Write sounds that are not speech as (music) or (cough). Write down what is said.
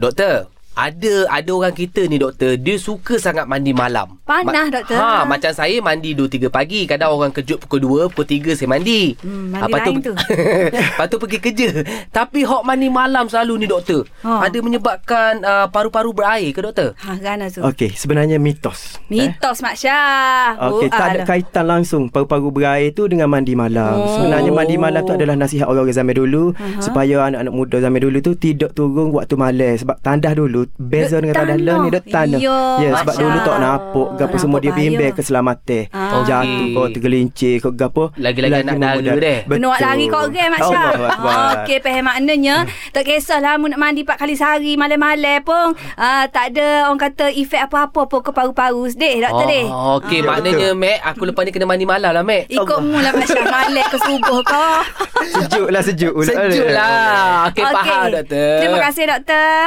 Doktor, ada ada orang kita ni doktor, dia suka sangat mandi malam. Panah, doktor. Ha, macam saya mandi 2 3 pagi, kadang orang kejut pukul 2, pukul 3 saya mandi. Ha, Hmm, mandi Lepas lain tu. (laughs) Lepas tu pergi kerja. Tapi hok mandi malam selalu ni doktor. Ha. Ada menyebabkan uh, paru-paru berair ke doktor? Ha, kerana tu. Okay. Okey, sebenarnya mitos. Mitos Mak Syah. Okey, tak ada Oh, alah. kaitan langsung paru-paru berair tu dengan mandi Oh. malam. Oh. Sebenarnya mandi malam tu adalah nasihat orang-orang zaman dulu uh-huh. supaya anak-anak muda zaman dulu tu tidak turun waktu malam sebab tandas dulu beza Dek dengan tandas tanah. learn ni dek tanah. Ya, ya, sebab Masya. dulu tak napuk gapo Tak semua nampak dia bimbang bahaya. keselamatan. Ah. Jatuh Okey. kau tergelincir kau gapo. Lagi-lagi anak memudah. dara deh. Betul. Kena awak lari kau orang Mak Syah. Allahu Akbar. Okey, faham maknanya. Tak kisahlah mu nak mandi 4 kali sehari malam-malam pun. ah, tak ada orang kata efek apa-apa pun ke paru-paru. Sedih doktor deh. Oh, okey, Ah. maknanya Mac, aku lepas ni kena mandi malam lah Mac. Ikut mu lah Mak Syah malam ke subuh kau. Sejuk lah sejuk. Sejuk lah. (laughs) Okey, okay. faham Okey. doktor. Terima kasih doktor.